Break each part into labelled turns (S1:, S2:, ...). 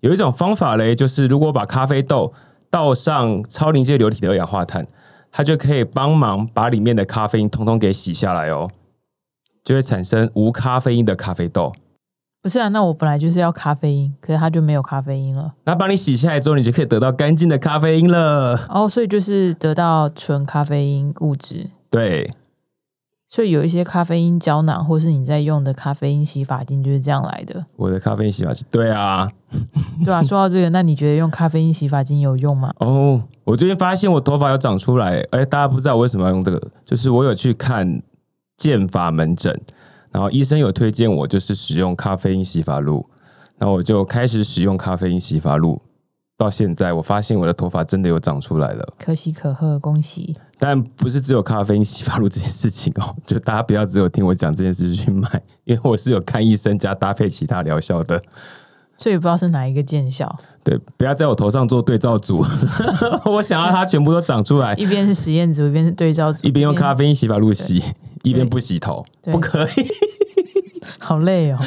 S1: 有一种方法嘞，就是如果把咖啡豆倒上超临界流体的二氧化碳，它就可以帮忙把里面的咖啡因通通给洗下来哦，就会产生无咖啡因的咖啡豆。
S2: 不是啊，那我本来就是要咖啡因，可是它就没有咖啡因了。
S1: 那帮你洗下来之后，你就可以得到干净的咖啡因了。
S2: 哦，所以就是得到纯咖啡因物质。
S1: 对，
S2: 所以有一些咖啡因胶囊，或是你在用的咖啡因洗发精，就是这样来的，
S1: 我的咖啡因洗发剂。对啊，
S2: 对吧、说到这个，那你觉得用咖啡因洗发精有用吗？
S1: 哦，我最近发现我头发有长出来，哎，大家不知道我为什么要用这个，就是我有去看健发门诊，然后医生有推荐我就是使用咖啡因洗发露，然后我就开始使用咖啡因洗发露，到现在我发现我的头发真的有长出来了，
S2: 可喜可贺，恭喜！
S1: 但不是只有咖啡因洗发露这件事情哦， 就大家不要只有听我讲这件事去买，因为我是有看医生加搭配其他疗效的，
S2: 所以不知道是哪一个见效，
S1: 对，不要在我头上做对照组， 我想要它全部都长出来，
S2: 一边是实验组，一边是对照组，
S1: 一边用咖啡因洗发露洗，一边不洗头，
S2: 对
S1: 不可 以。
S2: 好累哦。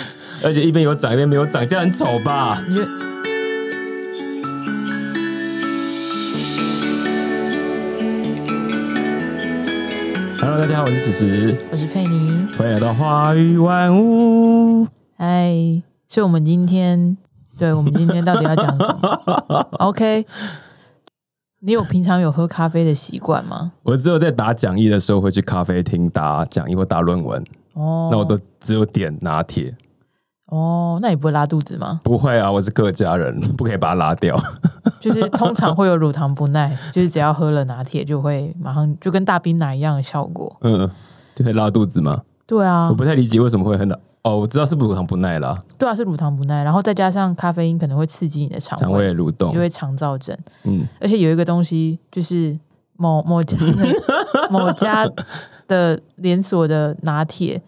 S1: 而且一边有长，一边没有长，这样很丑吧？
S2: 你就
S1: ？Hello，大家好，我是史实，
S2: 我是佩妮，
S1: 欢迎来到花语万物。
S2: 嗨，哎所以我们今天，对我们今天到底要讲什 么？OK，你有平常有喝咖啡的习惯吗？
S1: 我只有在打讲义的时候会去咖啡厅打讲义或打论文，
S2: 哦，
S1: 那我都只有点拿铁。？
S2: 哦，那你不会拉肚子吗
S1: 不会啊，我是客家人， 不可以把它拉掉。
S2: 就是通常会有乳糖不耐，就是只要喝了拿铁就会马上就跟大冰奶一样的效果。
S1: 嗯，就会拉肚子吗？
S2: 对啊
S1: 我，不太理解为什么会很哦，我知道是不乳糖不耐啦，
S2: 对啊，是乳糖不耐，然后再加上咖啡因可能会刺激你的肠
S1: 肠
S2: 胃，
S1: 胃蠕
S2: 你
S1: 动
S2: 就。会肠燥症。
S1: 嗯，
S2: 而且有一个东西就是某某家的某家的连锁的拿铁，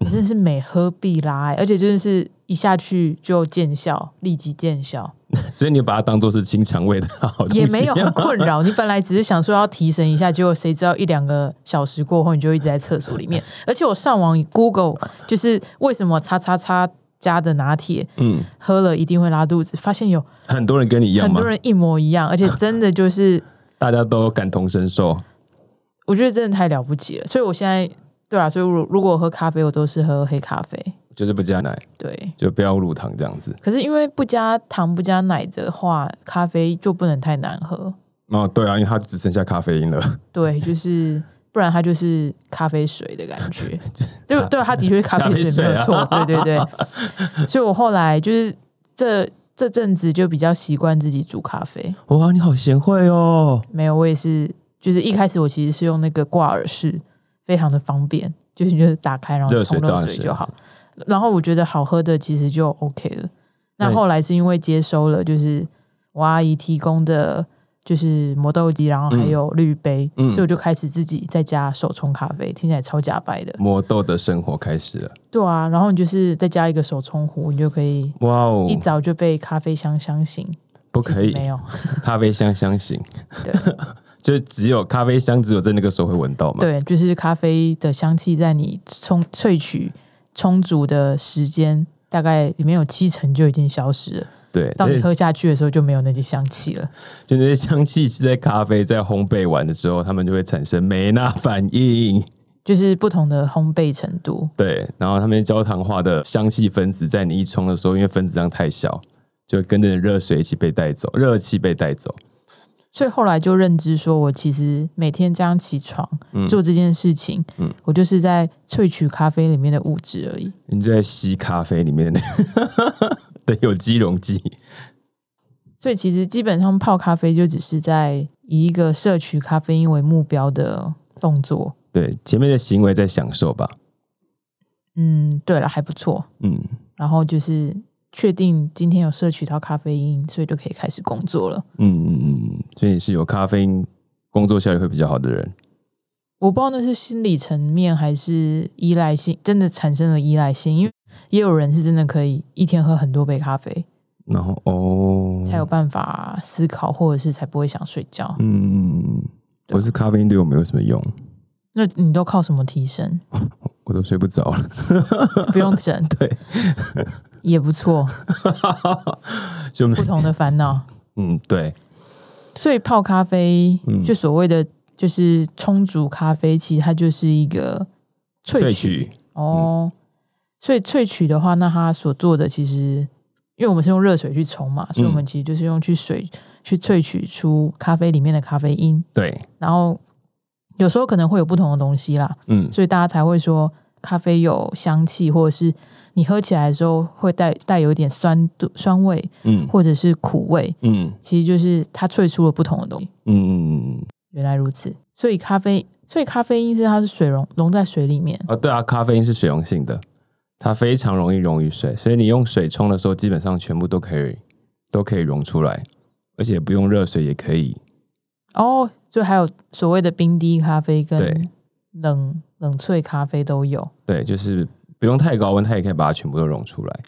S2: 我真的是每喝必拉、欸，而且真的是一下去就见效，立即见效，
S1: 所以你把它当做是清肠胃的好东西
S2: 也没有很困扰。你本来只是想说要提神一下，结果谁知道一两个小时过后，你就一直在厕所里面。而且我上网 Google，就是为什么叉叉叉家的拿铁
S1: 嗯，
S2: 喝了一定会拉肚子，发现有
S1: 很多人跟你一样
S2: 很
S1: 吗
S2: 多？人一模一样，而且真的就是。
S1: 大家都感同身受。
S2: 我觉得真的太了不起了。所以我现在对啦，所以如如果我喝咖啡，我都是喝黑咖啡。
S1: 就是不加奶，
S2: 对，
S1: 就不要乳糖这样子。
S2: 可是因为不加糖不加奶的话，咖啡就不能太难喝。
S1: 哦，对啊，因为它只剩下咖啡因了，
S2: 对，就是不然它就是咖啡水的感 觉。对对，啊它的确是咖啡水，啊没有
S1: 咖啡
S2: 错。对对对。 所以我后来就是这这阵子就比较习惯自己煮咖啡。
S1: 哇，你好贤惠哦！
S2: 没有，我也是，就是一开始我其实是用那个挂耳式，非常的方便，就是你就是打开然后
S1: 热水啊
S2: 冲热
S1: 当然
S2: 水
S1: 是
S2: 就好。然后我觉得好喝的其实就 OK 了。那
S1: 对
S2: 后来是因为接收了就是我阿姨提供的，就是磨豆机，然后还有滤杯，
S1: 嗯
S2: 所以我就开始自己在家手冲咖啡，听起来超假白的。
S1: 魔豆的生活开始了，
S2: 对啊，然后你就是再加一个手冲壶，你就可以
S1: 哇哦
S2: 一，早就被咖啡香香醒。
S1: 不
S2: 不
S1: 可以
S2: 没有，
S1: 咖啡香香型，
S2: 对，
S1: 就只有咖啡香，只有在那个时候会闻到嘛。，
S2: 对，就是咖啡的香气在你冲萃取充足的时间，大概里面有七成就已经消失了。
S1: 对，
S2: 当你
S1: 那
S2: 喝下去的时候，就没有那些香气了。
S1: 就那些香气是在咖啡在烘焙完的时候，它们就会产生梅纳反应。
S2: 就是不同的烘焙程度，
S1: 对，然后它们焦糖化的香气分子在你一冲的时候，因为分子量太小，就跟着热水一起被带走，热气被带走。
S2: 所以后来就认知说，我其实每天这样起床、
S1: 嗯
S2: 做这件事情，我就是在萃取咖啡里面的物质而已。
S1: 你就在吸咖啡里面的 的有机溶剂，
S2: 所以其实基本上泡咖啡就只是在以一个摄取咖啡因为目标的动作。
S1: 对前面的行为在享受吧，
S2: 嗯，对了，还不错。
S1: 嗯，
S2: 然后就是确定今天有摄取到咖啡因，所以就可以开始工作了。
S1: 嗯嗯嗯，所以你是有咖啡因工作效率会比较好的人，
S2: 我不知道那是心理层面还是依赖性，真的产生了依赖性，因为也有人是真的可以一天喝很多杯咖啡，
S1: 然后哦，
S2: 才有办法思考，或者是才不会想睡觉。
S1: 嗯，嗯嗯，我是咖啡因对我没有什么用，
S2: 那你都靠什么提升？
S1: 我都睡不着了，
S2: 不用整，
S1: 对，
S2: 也不错，
S1: 就
S2: 不同的烦恼。
S1: 嗯，对，
S2: 所以泡咖啡，就所谓的就是冲煮咖啡，其实它就是一个萃
S1: 萃
S2: 取
S1: 取
S2: 哦。所以萃取的话，那它所做的其实，因为我们是用热水去冲嘛，所以我们其实就是用去水去萃取出咖啡里面的咖啡因，
S1: 对，
S2: 然后有时候可能会有不同的东西啦，
S1: 嗯，
S2: 所以大家才会说咖啡有香气，或者是你喝起来的时候会带带有一点酸度、酸味，
S1: 嗯，
S2: 或者是苦味，
S1: 嗯，
S2: 其实就是它萃出了不同的东西。
S1: 嗯嗯，嗯
S2: 原来如此，所以咖啡，所以咖啡因是它是水溶溶在水里面，
S1: 啊，对啊，咖啡因是水溶性的，它非常容易溶于水，所以你用水冲的时候，基本上全部都可以都可以溶出来，而且不用热水也可以。
S2: 哦，就还有所谓的冰滴咖啡
S1: 对
S2: 跟冷冷萃咖啡都有。
S1: 对，就是不用太高温，它也可以把它全部都溶出来。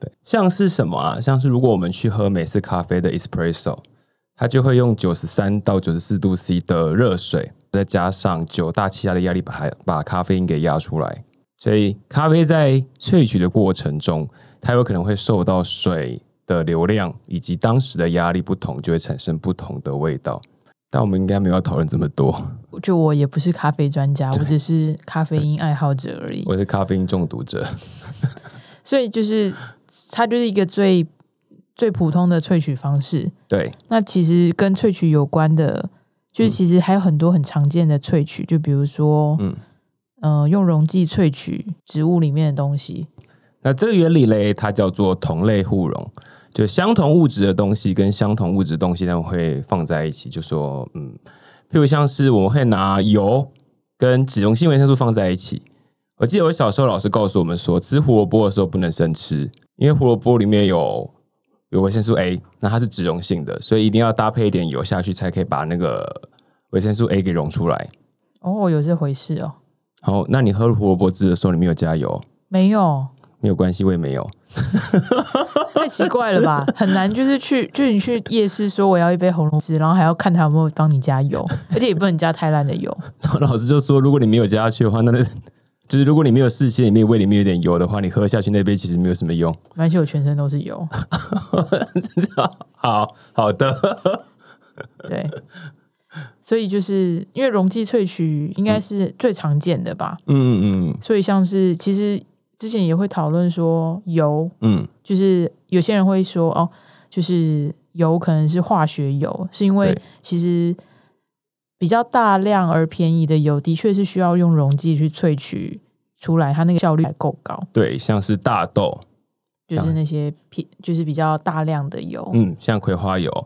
S1: 对，像是什么啊？像是如果我们去喝美式咖啡的 espresso，它就会用九十三到九十四度 C 的热水，再加上九大气压的压力把它把咖啡因给压出来。所以咖啡在萃取的过程中，它有可能会受到水的流量以及当时的压力不同，就会产生不同的味道。但我们应该没有要讨论这么多，
S2: 就我也不是咖啡专家，我只是咖啡因爱好者而已。
S1: 我是咖啡因中毒者。
S2: 所以就是它就是一个最最普通的萃取方式。
S1: 对，
S2: 那其实跟萃取有关的，就是其实还有很多很常见的萃取，就比如说，
S1: 嗯
S2: 嗯，呃，用溶剂萃取植物里面的东西。
S1: 那这个原理嘞，它叫做同类互容，就相同物质的东西跟相同物质的东西，它们会放在一起，就说，嗯，譬如像是我们会拿油跟脂溶性维生素放在一起。我记得我小时候老师告诉我们说，吃胡萝卜的时候不能生吃，因为胡萝卜里面有有维生素 A，那它是脂溶性的，所以一定要搭配一点油下去，才可以把那个维生素 A 给溶出来。
S2: 哦，有这回事哦？
S1: 好，那你喝胡萝卜汁的时候，你没有加油，
S2: 没有，
S1: 没有关系，我也没有。
S2: 太奇怪了吧？很难，就是去，就是你去夜市说我要一杯红龙汁，然后还要看他有没有帮你加油，而且也不能加太烂的油。
S1: 老师就说，如果你没有加下去的话，那那 就是如果你没有事先，你没有胃里面有点油的话，你喝下去那杯其实没有什么用。
S2: 没关系，我全身都是油。
S1: 好好的，
S2: 对，所以就是因为溶剂萃取应该是最常见的吧，
S1: 嗯嗯
S2: 所以像是其实之前也会讨论说油，
S1: 嗯
S2: 就是有些人会说哦，就是油可能是化学油，是因为
S1: 对
S2: 其实比较大量而便宜的油，的确是需要用溶剂去萃取出来，它那个效率才够高，
S1: 对，像是大豆，
S2: 就是那些偏就是比较大量的油，
S1: 嗯，像葵花油，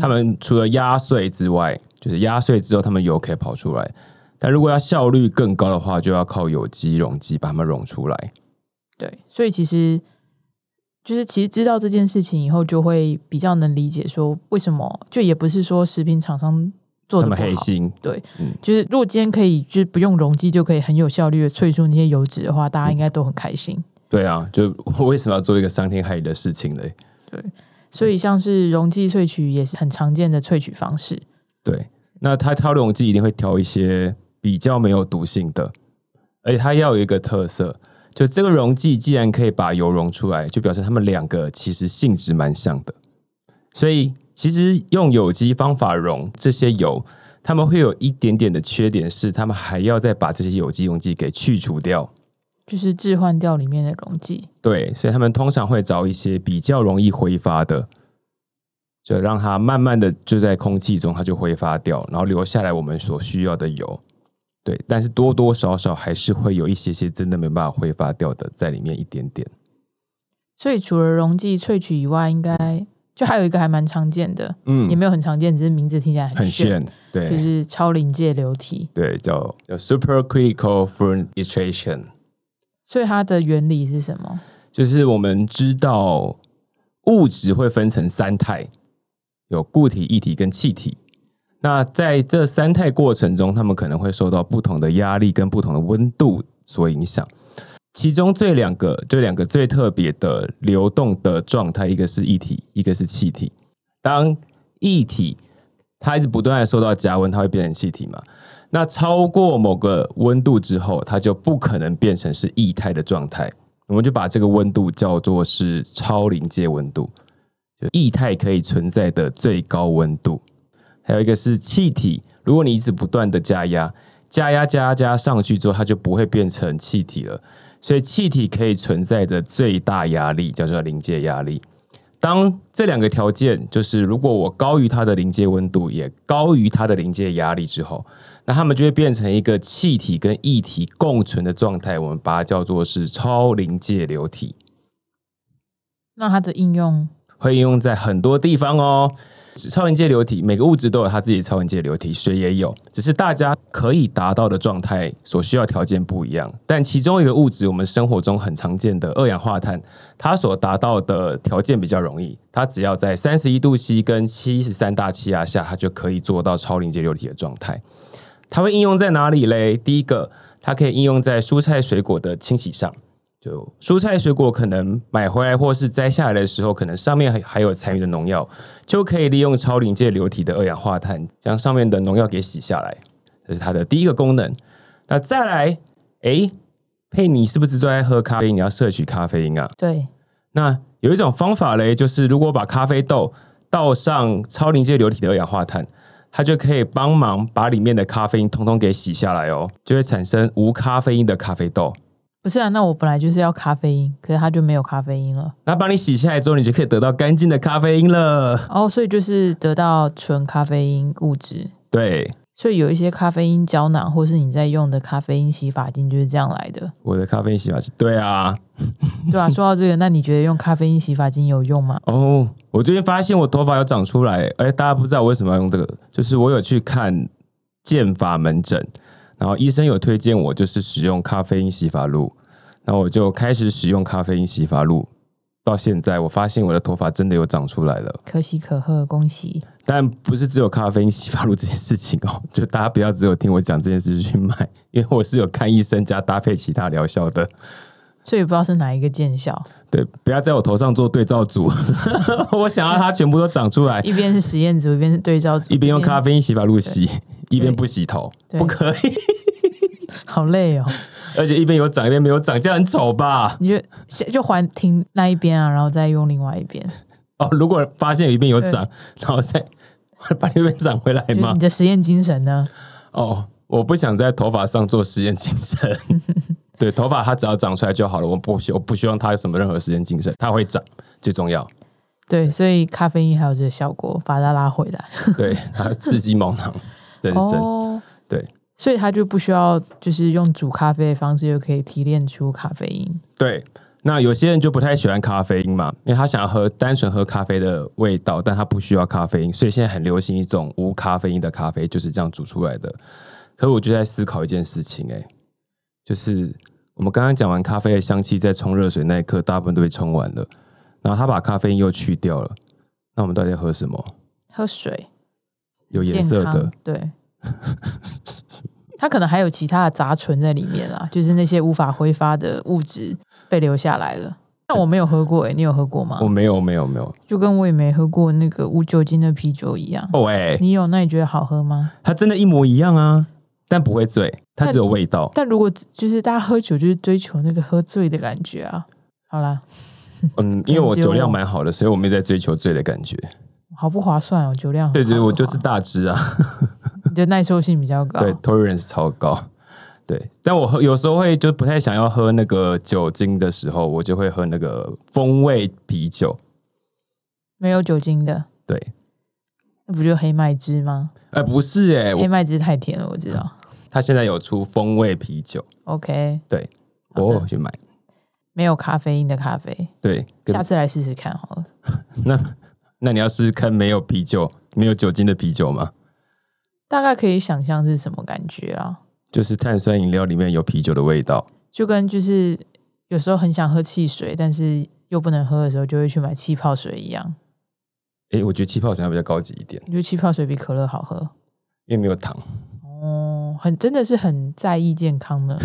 S1: 他们除了压碎之外，就是压碎之后，他们油可以跑出来。但如果要效率更高的话，就要靠有机溶剂把它们溶出来。
S2: 对，所以其实就是其实知道这件事情以后，就会比较能理解说为什么，就也不是说食品厂商做
S1: 他
S2: 的不
S1: 们黑
S2: 好。
S1: 心，
S2: 就是如果今天可以，就是不用溶剂就可以很有效率的萃出那些油脂的话，大家应该都很开心。
S1: 对啊，就 我为什么要做一个伤天害理的事情呢？
S2: 所以像是溶剂萃取也是很常见的萃取方式。
S1: 对，那它挑溶剂一定会挑一些比较没有毒性的，而且它要有一个特色，就这个溶剂既然可以把油溶出来，就表示它们两个其实性质蛮像的。所以其实用有机方法溶这些油，它们会有一点点的缺点是，它们还要再把这些有机溶剂给去除掉。
S2: 就是置换掉里面的溶剂，
S1: 对，所以他们通常会找一些比较容易挥发的，就让它慢慢的就在空气中它就挥发掉，然后留下来我们所需要的油。对，但是多多少少还是会有一些些真的没办法挥发掉的在里面一点点。
S2: 所以除了溶剂萃取以外，应该就还有一个还蛮常见的，也
S1: 嗯，
S2: 没有很常见，只是名字听起来
S1: 很
S2: 炫，
S1: 炫，对、
S2: 就是超临界流体。
S1: 对，叫叫 supercritical fluid extraction，
S2: 所以它的原理是什么？
S1: 就是我们知道物质会分成三态，有固体、液体跟气体。那在这三态过程中，它们可能会受到不同的压力跟不同的温度所影响。其中最两个，这两个最特别的流动的状态，一个是液体，一个是气体。当液体它一直不断的受到加温，它会变成气体嘛？那超过某个温度之后，它就不可能变成是液态的状态，我们就把这个温度叫做是超临界温度，就液态可以存在的最高温度。还有一个是气体，如果你一直不断的加压，加压加压加压上去之后，它就不会变成气体了。所以气体可以存在的最大压力叫做临界压力。当这两个条件，就是如果我高于它的临界温度，也高于它的临界压力之后，那它们就会变成一个气体跟液体共存的状态，我们把它叫做是超临界流体，
S2: 那它的应用
S1: 会应用在很多地方哦。超临界流体，每个物质都有它自己的超临界流体，水也有，只是大家可以达到的状态所需要条件不一样。但其中一个物质，我们生活中很常见的二氧化碳，它所达到的条件比较容易，它只要在三十一度 C 跟七十三大气压下，它就可以做到超临界流体的状态。它会应用在哪里嘞？第一个，它可以应用在蔬菜水果的清洗上。就蔬菜水果可能买回来或是摘下来的时候，可能上面还还有残余的农药，就可以利用超临界流体的二氧化碳，将上面的农药给洗下来。这是它的第一个功能。那再来，诶，佩妮是不是都在喝咖啡？你要摄取咖啡因啊？
S2: 对
S1: 那有一种方法嘞，就是如果把咖啡豆倒上超临界流体的二氧化碳，它就可以帮忙把里面的咖啡因通通给洗下来哦，就会产生无咖啡因的咖啡豆。
S2: 不是啊？那我本来就是要咖啡因，可是它就没有咖啡因了。
S1: 那帮你洗下来之后，你就可以得到干净的咖啡因了。
S2: 哦，所以就是得到纯咖啡因物质。
S1: 对，
S2: 所以有一些咖啡因胶囊，或是你在用的咖啡因洗发精，就是这样来的，
S1: 我的咖啡因洗发是对啊。
S2: 对吧、说到这个，那你觉得用咖啡因洗发精有用吗？
S1: 哦，我最近发现我头发有长出来，哎，大家不知道我为什么要用这个，就是我有去看健发门诊，然后医生有推荐我就是使用咖啡因洗发露，然后我就开始使用咖啡因洗发露，到现在我发现我的头发真的有长出来了。
S2: 可喜可贺，恭喜！
S1: 但不是只有咖啡因洗发露这件事情哦， 就大家不要只有听我讲这件事去买，因为我是有看医生加搭配其他疗效的。
S2: 所以不知道是哪一个见效，
S1: 对，不要在我头上做对照组， 我想要它全部都长出来，
S2: 一边是实验组，一边是对照组，
S1: 一边用咖啡因洗发露洗，一边不洗头，
S2: 对
S1: 不可以，
S2: 好累哦。
S1: 而且一边有长一边没有长，这样很丑吧？
S2: 你就先就还停那一边啊，然后再用另外一边，
S1: 哦，如果发现有一边有长，然后再把那边长回来
S2: 就是
S1: 吗
S2: 你？的实验精神呢？
S1: 哦，我不想在头发上做实验精 神。对，头发它只要长出来就好了，我不希我不希望它有什么任何实验精神，它会长最重要。
S2: 对，所以咖啡因还有这个效果，把它拉回来。
S1: 对，它刺激毛囊增生。
S2: 哦，
S1: 对
S2: 所以它就不需要就是用煮咖啡的方式就可以提炼出咖啡因。
S1: 对，那有些人就不太喜欢咖啡因嘛，因为他想要喝单纯喝咖啡的味道，但他不需要咖啡因，所以现在很流行一种无咖啡因的咖啡，就是这样煮出来的。可我就在思考一件事情、欸，就是我们刚刚讲完咖啡的香气，在冲热水那一刻，大部分都被冲完了，然后他把咖啡因又去掉了，那我们到底要喝什么？
S2: 喝水，
S1: 有颜色
S2: 健
S1: 的
S2: 康，对。 它可能还有其他的杂醇在里面啦，就是那些无法挥发的物质被留下来了。但我没有喝过、欸，你有喝过吗
S1: 我？哦没有，没有，没有。
S2: 就跟我也没喝过那个无酒精的啤酒一样。
S1: 哦喂、
S2: 你有？那你觉得好喝吗？
S1: 它真的一模一样啊，但不会醉，它
S2: 但
S1: 只有味道。
S2: 但如果只就是大家喝酒，就是追求那个喝醉的感觉啊。好啦，
S1: 嗯，因为我
S2: 感觉
S1: 酒量
S2: 我
S1: 蛮好的，所以我没在追求醉的感觉。
S2: 好不划算哦，酒量很
S1: 对
S2: 好
S1: 对，
S2: 的
S1: 我就是
S2: 话
S1: 大只啊，
S2: 你的耐受性比较高。
S1: 对，tolerance 超高。对，但我喝有时候会就不太想要喝那个酒精的时候，我就会喝那个风味啤酒。
S2: 没有酒精的，
S1: 对，
S2: 那不就黑麦汁吗？
S1: 哎、不是哎、
S2: 黑
S1: 我
S2: 麦汁太甜了，我知道。
S1: 它现在有出风味啤酒，
S2: OK，
S1: 对
S2: 好
S1: 我
S2: 的
S1: 有去买。
S2: 没有咖啡因的咖啡，
S1: 对，
S2: 下次来试试看好了。
S1: 那你要试试看没有啤酒、没有酒精的啤酒吗？
S2: 大概可以想象是什么感觉啊？
S1: 就是碳酸饮料里面有啤酒的味道。
S2: 就跟就是有时候很想喝汽水，但是又不能喝的时候，就会去买气泡水一样。
S1: 哎、我觉得气泡好像比较高级一点，
S2: 你觉得气泡水比可乐好喝？
S1: 因为没有糖。
S2: 哦，很真的是很在意健康 呢。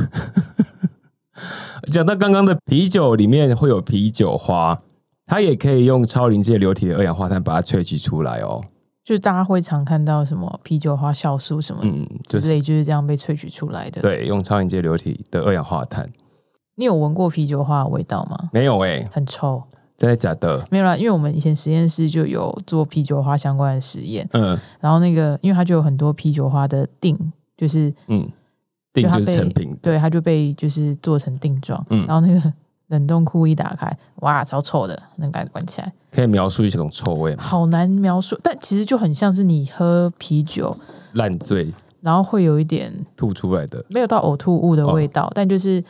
S1: 讲到刚刚的啤酒里面会有啤酒花，它也可以用超临界流体的二氧化碳把它萃取出来哦。
S2: 就大家会常看到什么啤酒花酵素什么
S1: 嗯，
S2: 之
S1: 就是
S2: 类，就是这样被萃取出来的。
S1: 对，用超临界流体的二氧化碳。
S2: 你有闻过啤酒花的味道吗？
S1: 没有哎、
S2: 很臭，
S1: 真的假的？
S2: 没有啦，因为我们以前实验室就有做啤酒花相关的实验，
S1: 嗯
S2: 然后那个因为它就有很多啤酒花的定，就是
S1: 嗯，定
S2: 它
S1: 就是
S2: 被
S1: 成品，
S2: 对，它就被就是做成定妆，
S1: 嗯
S2: 然后那个冷冻库一打开， 哇，超臭的，那个赶紧关起来，
S1: 可以描述一种臭味吗？
S2: 好难描述，但其实就很像是你喝啤酒，
S1: 烂醉
S2: 然后会有一点
S1: 吐出来的，
S2: 没有到呕吐物的味道，但就是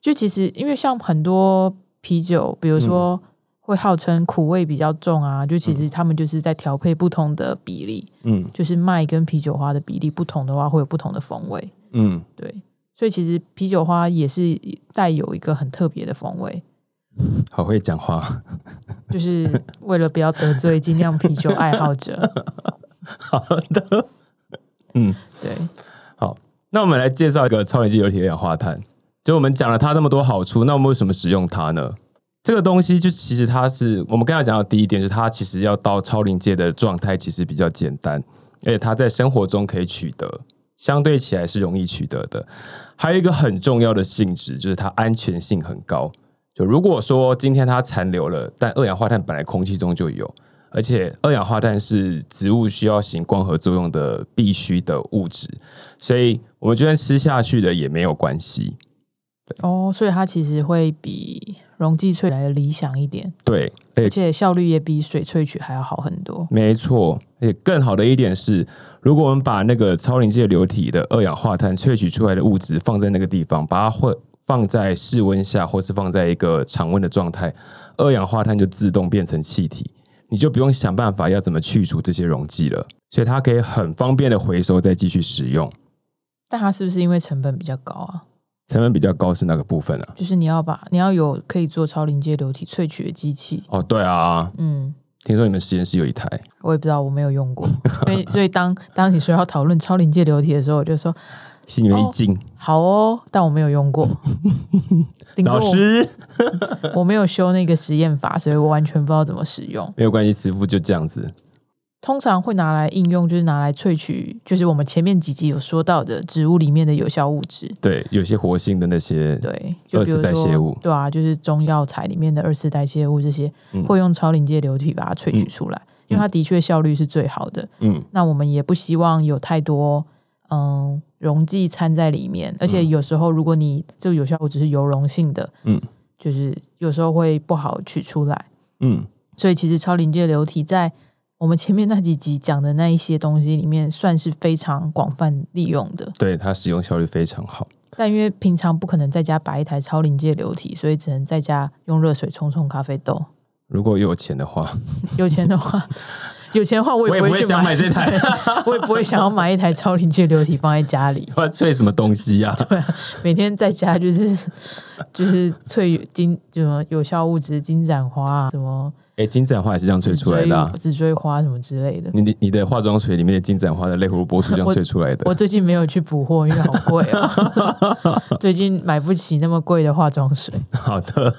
S2: 就其实因为像很多啤酒，比如说会号称苦味比较重啊，就其实他们就是在调配不同的比例，
S1: 嗯
S2: 就是麦跟啤酒花的比例不同的话，会有不同的风味。
S1: 嗯，
S2: 对，所以其实啤酒花也是带有一个很特别的风味，
S1: 好会讲话，
S2: 就是为了不要得罪精酿啤酒爱好者。
S1: 好的，嗯，
S2: 对，
S1: 那我们来介绍一个超能机流体二氧化碳。就我们讲了它那么多好处，那我们为什么使用它呢？这个东西就其实它是我们刚才讲到第一点，就是它其实要到超临界的状态，其实比较简单，而且它在生活中可以取得，相对起来是容易取得的。还有一个很重要的性质就是它安全性很高。就如果说今天它残留了，但二氧化碳本来空气中就有，而且二氧化碳是植物需要行光合作用的必须的物质，所以我们就算吃下去的也没有关系。
S2: 哦，所以它其实会比溶剂萃来的理想一点，
S1: 对，而
S2: 而
S1: 且
S2: 且效率也比水萃取还要好很多。
S1: 没错，而且更好的一点是，如果我们把那个超临界流体的二氧化碳萃取出来的物质放在那个地方，把它会放在室温下，或是放在一个常温的状态，二氧化碳就自动变成气体，你就不用想办法要怎么去除这些溶剂了，所以它可以很方便的回收再继续使用。
S2: 但它是不是因为成本比较高啊？
S1: 成本比较高是哪个部分啊？
S2: 就是你要把你要有可以做超临界流体萃取的机器。
S1: 哦，对啊，
S2: 嗯，
S1: 听说你们实验室有一台，
S2: 我也不知道，我没有 用过，所以所以当当你说要讨论超临界流体的时候，我就说
S1: 心里面一
S2: 哦
S1: 惊，
S2: 好哦，但我没有 用过。顶多
S1: 老
S2: 我
S1: 师。
S2: 我没有修那个实验法，所以我完全不知道怎么使用。
S1: 没有关系，慈父就这样子。
S2: 通常会拿来应用，就是拿来萃取，就是我们前面几集有说到的植物里面的有效物质。
S1: 对，有些活性的那些，
S2: 对，就
S1: 二
S2: 比
S1: 次
S2: 如
S1: 代谢
S2: 说
S1: 物，
S2: 对啊，就是中药材里面的二次代谢物这些，
S1: 嗯
S2: 会用超临界流体把它萃取出来，因为它的确效率是最好的。
S1: 嗯，
S2: 那我们也不希望有太多嗯溶剂掺在里面，而且有时候如果你这个有效物质是油溶性的，
S1: 嗯，
S2: 就是有时候会不好取出来。
S1: 嗯，
S2: 所以其实超临界流体在我们前面那几集讲的那一些东西里面，算是非常广泛利用的。
S1: 对，它使用效率非常好。
S2: 但因为平常不可能在家摆一台超临界流体，所以只能在家用热水冲冲咖啡豆。
S1: 如果有钱的话，
S2: 有钱的话，有钱的话我
S1: 我
S2: 也
S1: 也
S2: 不
S1: 不
S2: 会
S1: 会
S2: 去
S1: 想买这台，
S2: 我也不会想要买一台超临界流体放在家里，
S1: 我要吹什么东西呀、啊？
S2: 每天在家就是就是萃金什么有效物质金盏花啊，什么
S1: 哎，金盏花也是这样吹
S2: 紫
S1: 出来
S2: 锥
S1: 的、啊。
S2: 紫锥花什么之类的。
S1: 你的你的化妆水里面的金盏花的类胡萝卜素这样
S2: 我
S1: 吹出来的
S2: 我，最近没有去补货，因为好贵哦。 最近买不起那么贵的化妆水，
S1: 好的，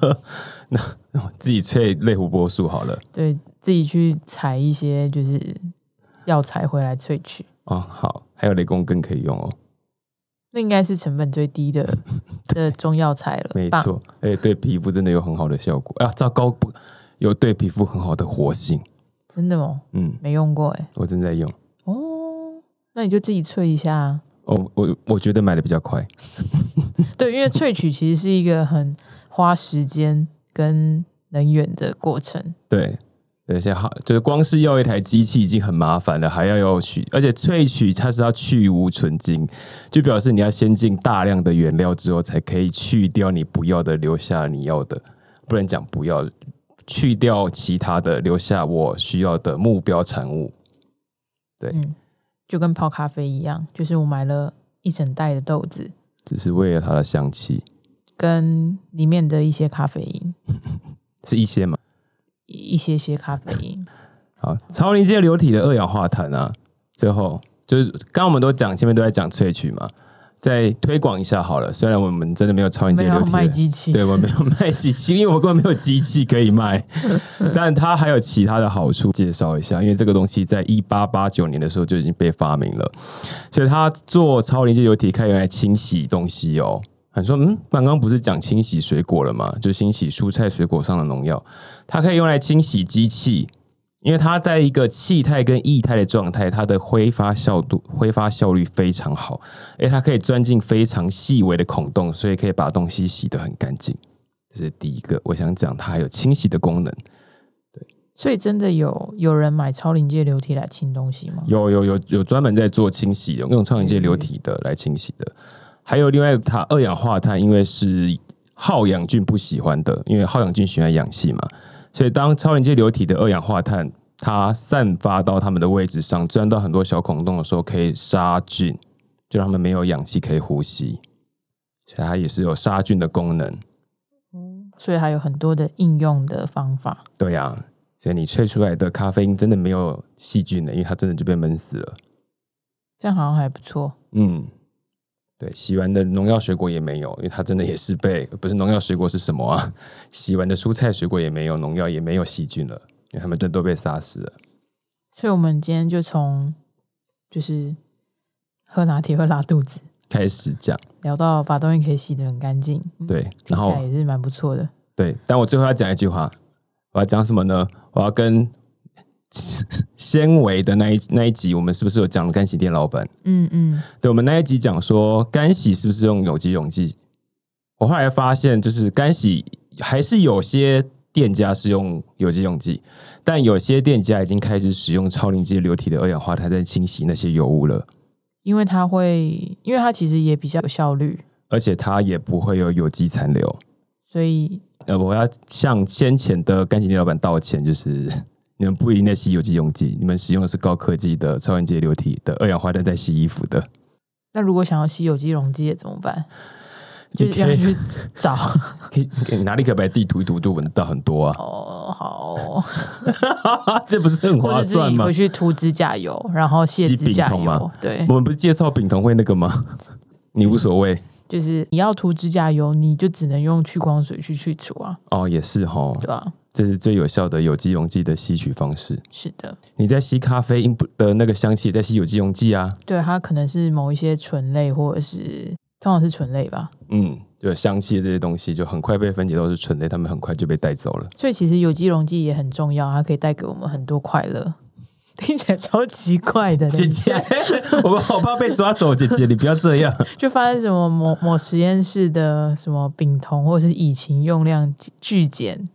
S1: 那我自己吹类胡萝卜素好了。
S2: 对自己去采一些就是药材回来萃取，
S1: 哦，好，还有雷公根可以用哦，
S2: 那应该是成本最 低的的中药材了。
S1: 没
S2: 吧，
S1: 错，哎，对皮肤真的有很好的效果啊，糟糕，不有对皮肤很好的活性，
S2: 真的吗？
S1: 嗯，
S2: 没用过哎、
S1: 我正在用，
S2: 哦，那你就自己萃一下、啊。
S1: 哦，我我觉得买的比较快，
S2: 对，因为萃取其实是一个很花时间跟能源的过程。
S1: 对，而且好，就是光是要一台机器已经很麻烦了，还要有取，而且萃取它是要去无存精，就表示你要先进大量的原料之后，才可以去掉你不要的，留下你要的，不能讲不要，去掉其他的，留下我需要的目标产物。对，
S2: 嗯，就跟泡咖啡一样，就是我买了一整袋的豆子，
S1: 只是为了它的香气，
S2: 跟里面的一些咖啡因，
S1: 是一些嘛。
S2: 一一些些咖啡因。
S1: 好，超临界流体的二氧化碳啊，最后就是刚刚我们都讲，前面都在讲萃取嘛，再推广一下好了。虽然我们真的没有超临
S2: 没
S1: 界
S2: 有
S1: 流体的，
S2: 卖机器，
S1: 对我没有卖机器，因为我根本没有机器可以卖，但它还有其他的好处，介绍一下。因为这个东西在一八八九年的时候就已经被发明了，所以它做超临界流体，可以用来清洗东西哦。他说：“嗯，刚刚不是讲清洗水果了吗？就清洗蔬菜水果上的农药，它可以用来清洗机器，因为它在一个气态跟液态的状态，它的挥发效度、挥发效率非常好，而它可以钻进非常细微的孔洞，所以可以把东西洗得很干净。这是第一个，我想讲它还有清洗的功能。
S2: 所以真的有有人买超临界流体来清东西吗？
S1: 有有有有专门在做清洗的，用超临界流体的来清洗的。还有另外一个它二氧化碳，因为是耗氧菌不喜欢的，因为耗氧菌喜欢氧气嘛，所以当超临界流体的二氧化碳它散发到它们的位置上，钻到很多小孔洞的时候，可以杀菌，就让它们没有氧气可以呼吸，所以它也是有杀菌的功能。
S2: 所以还有很多的应用的方法。
S1: 对呀、所以你萃出来的咖啡因真的没有细菌的，因为它真的就被闷死了。
S2: 这样好像还不错。
S1: 嗯，对，洗完的农药水果也没有，因为它真的也是被不是农药水果是什么啊？ 洗完的蔬菜水果也没有农药，也没有细菌了，因为它们真的都被杀死了。
S2: 所以我们今天就从就是喝拿铁会拉肚子，
S1: 开始讲
S2: 聊到把东西可以洗得很干净，嗯
S1: 对，然
S2: 听起来
S1: 后
S2: 也是蛮不错的。
S1: 对，但我最后要讲一句话，我要讲什么呢？我要跟 纤维的那一那一集，我们是不是有讲干洗店老板？
S2: 嗯嗯，
S1: 对，我们那一集讲说干洗是不是用有机溶剂？我后来发现，就是干洗还是有些店家是用有机溶剂，但有些店家已经开始使用超临界流体的二氧化碳在清洗那些油污了，
S2: 因为它会，因为它其实也比较有效率，
S1: 而且它也不会有有机残留。
S2: 所以
S1: 呃，我要向先前的干洗店老板道歉，就是 你们不应该吸有机溶剂，你们使用的是高科技的超临界流体的二氧化碳在洗衣服的。
S2: 那如果想要吸有机溶剂的怎么办？就是
S1: 你
S2: 要
S1: 可以
S2: 去找
S1: 可以可以拿立可白自己涂一涂，就闻得到很多啊，
S2: 哦，好，
S1: 这不是很
S2: 或
S1: 划
S2: 者自
S1: 算
S2: 己
S1: 吗
S2: 回？去涂指甲油，然后卸
S1: 吸
S2: 指甲
S1: 丙酮
S2: 油
S1: 吗。
S2: 对，
S1: 我们不是介绍丙酮会那个吗？ 你无所谓
S2: 就是你要涂指甲油，你就只能用去光水去去除啊，
S1: 哦，也是哈，
S2: 对吧、啊
S1: 这是最有效的有机溶剂的吸取方式。
S2: 是的，
S1: 你在吸咖啡因不的那个香气，也在吸有机溶剂啊，
S2: 对，它可能是某一些醇类，或者是通常是醇类吧。
S1: 嗯，就香气这些东西就很快被分解到是醇类，它们很快就被带走了。
S2: 所以其实有机溶剂也很重要，它可以带给我们很多快乐。 听起来超奇怪的，
S1: 姐姐， 我们好怕被抓走，姐姐你不要这 样。
S2: 就发现什么某某实验室的什么丙酮或者是乙醇用量剧减，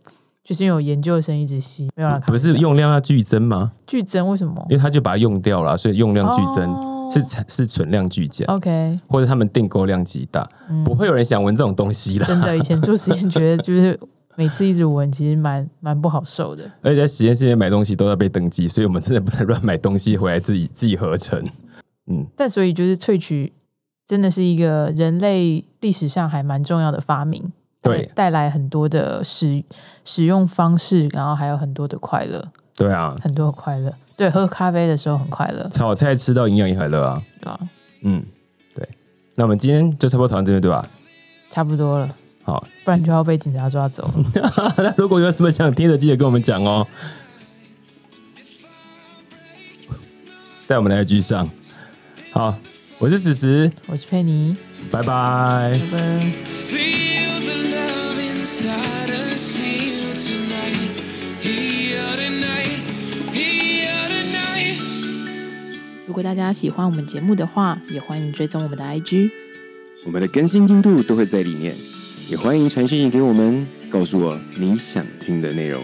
S2: 就是因为有研究生一直吸，没有啦，
S1: 不是用量要剧增吗？
S2: 剧增为什么
S1: 因为它就把它用掉了，所以用量剧增
S2: 哦
S1: 是是存量剧减，
S2: ？OK，
S1: 或者他们订购量极大，
S2: 嗯
S1: 不会有人想闻这种东西啦。
S2: 真的，以前做实验觉得就是每次一直闻，其实蛮蛮不好受的。
S1: 而且在实验室里面买东西都要被登记，所以我们真的不能乱买东西回来自己自己合成。嗯，
S2: 但所以就是萃取真的是一个人类历史上还蛮重要的发明，
S1: 对
S2: 带带来很多的使使用方式，然后还有很多的快乐，
S1: 对啊，
S2: 很多的快乐。对，喝咖啡的时候很快乐，
S1: 炒菜吃到营养也很乐啊。
S2: 对吧、
S1: 嗯，对。那我们今天就差不多讨论这边，对吧？
S2: 差不多了，
S1: 好，
S2: 不然就要被警察抓走了。
S1: 那如果有什么想听的，记得跟我们讲哦，在我们的 IG 上。好，我是史实，
S2: 我是佩妮，
S1: 拜拜
S2: 拜。拜。
S3: Feel the love inside us here tonight, here tonight, here tonight.
S4: 如果大家喜欢我们节目的话，也欢迎追踪我们的 IG。
S5: 我们的更新进度都会在里面，也欢迎传讯息给我们，告诉我你想听的内容。